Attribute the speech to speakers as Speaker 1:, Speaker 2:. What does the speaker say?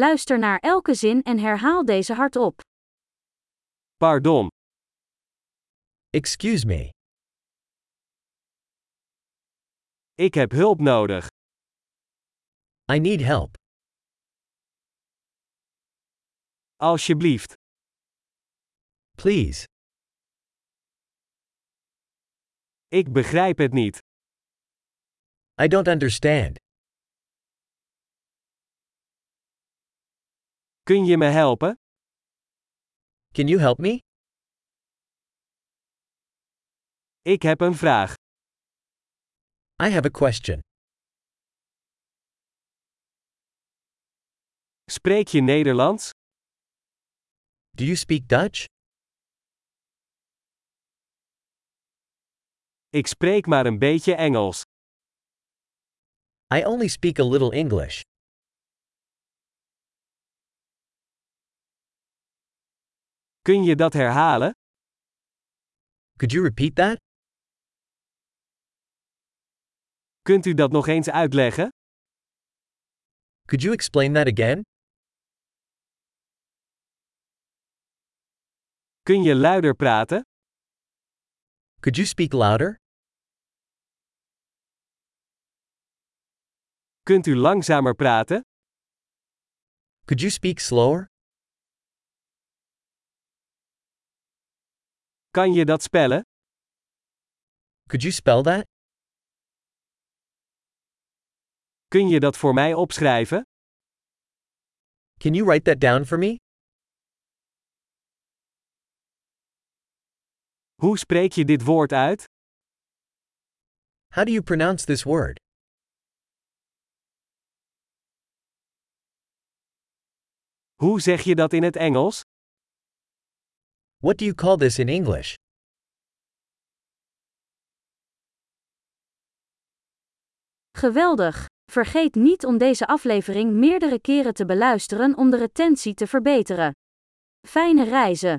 Speaker 1: Luister naar elke zin en herhaal deze hardop.
Speaker 2: Pardon,
Speaker 3: Excuse me.
Speaker 2: ik heb hulp nodig.
Speaker 3: I need help.
Speaker 2: Alsjeblieft,
Speaker 3: Please.
Speaker 2: ik begrijp het niet.
Speaker 3: I don't understand.
Speaker 2: Kun je me helpen?
Speaker 3: Can you help me?
Speaker 2: Ik heb een vraag.
Speaker 3: I have a question.
Speaker 2: Spreek je Nederlands?
Speaker 3: Do you speak Dutch?
Speaker 2: Ik spreek maar een beetje Engels.
Speaker 3: I only speak a little English.
Speaker 2: Kun je dat herhalen?
Speaker 3: Could you repeat that?
Speaker 2: Kunt u dat nog eens uitleggen?
Speaker 3: Could you explain that again?
Speaker 2: Kun je luider praten?
Speaker 3: Could you speak louder?
Speaker 2: Kunt u langzamer praten?
Speaker 3: Could you speak slower?
Speaker 2: Kan je dat spellen?
Speaker 3: Could you spell that?
Speaker 2: Kun je dat voor mij opschrijven?
Speaker 3: Can you write that down for me?
Speaker 2: Hoe spreek je dit woord uit?
Speaker 3: How do you pronounce this word?
Speaker 2: Hoe zeg je dat in het Engels?
Speaker 3: What do you call this in English?
Speaker 1: Geweldig! Vergeet niet om deze aflevering meerdere keren te beluisteren om de retentie te verbeteren. Fijne reizen!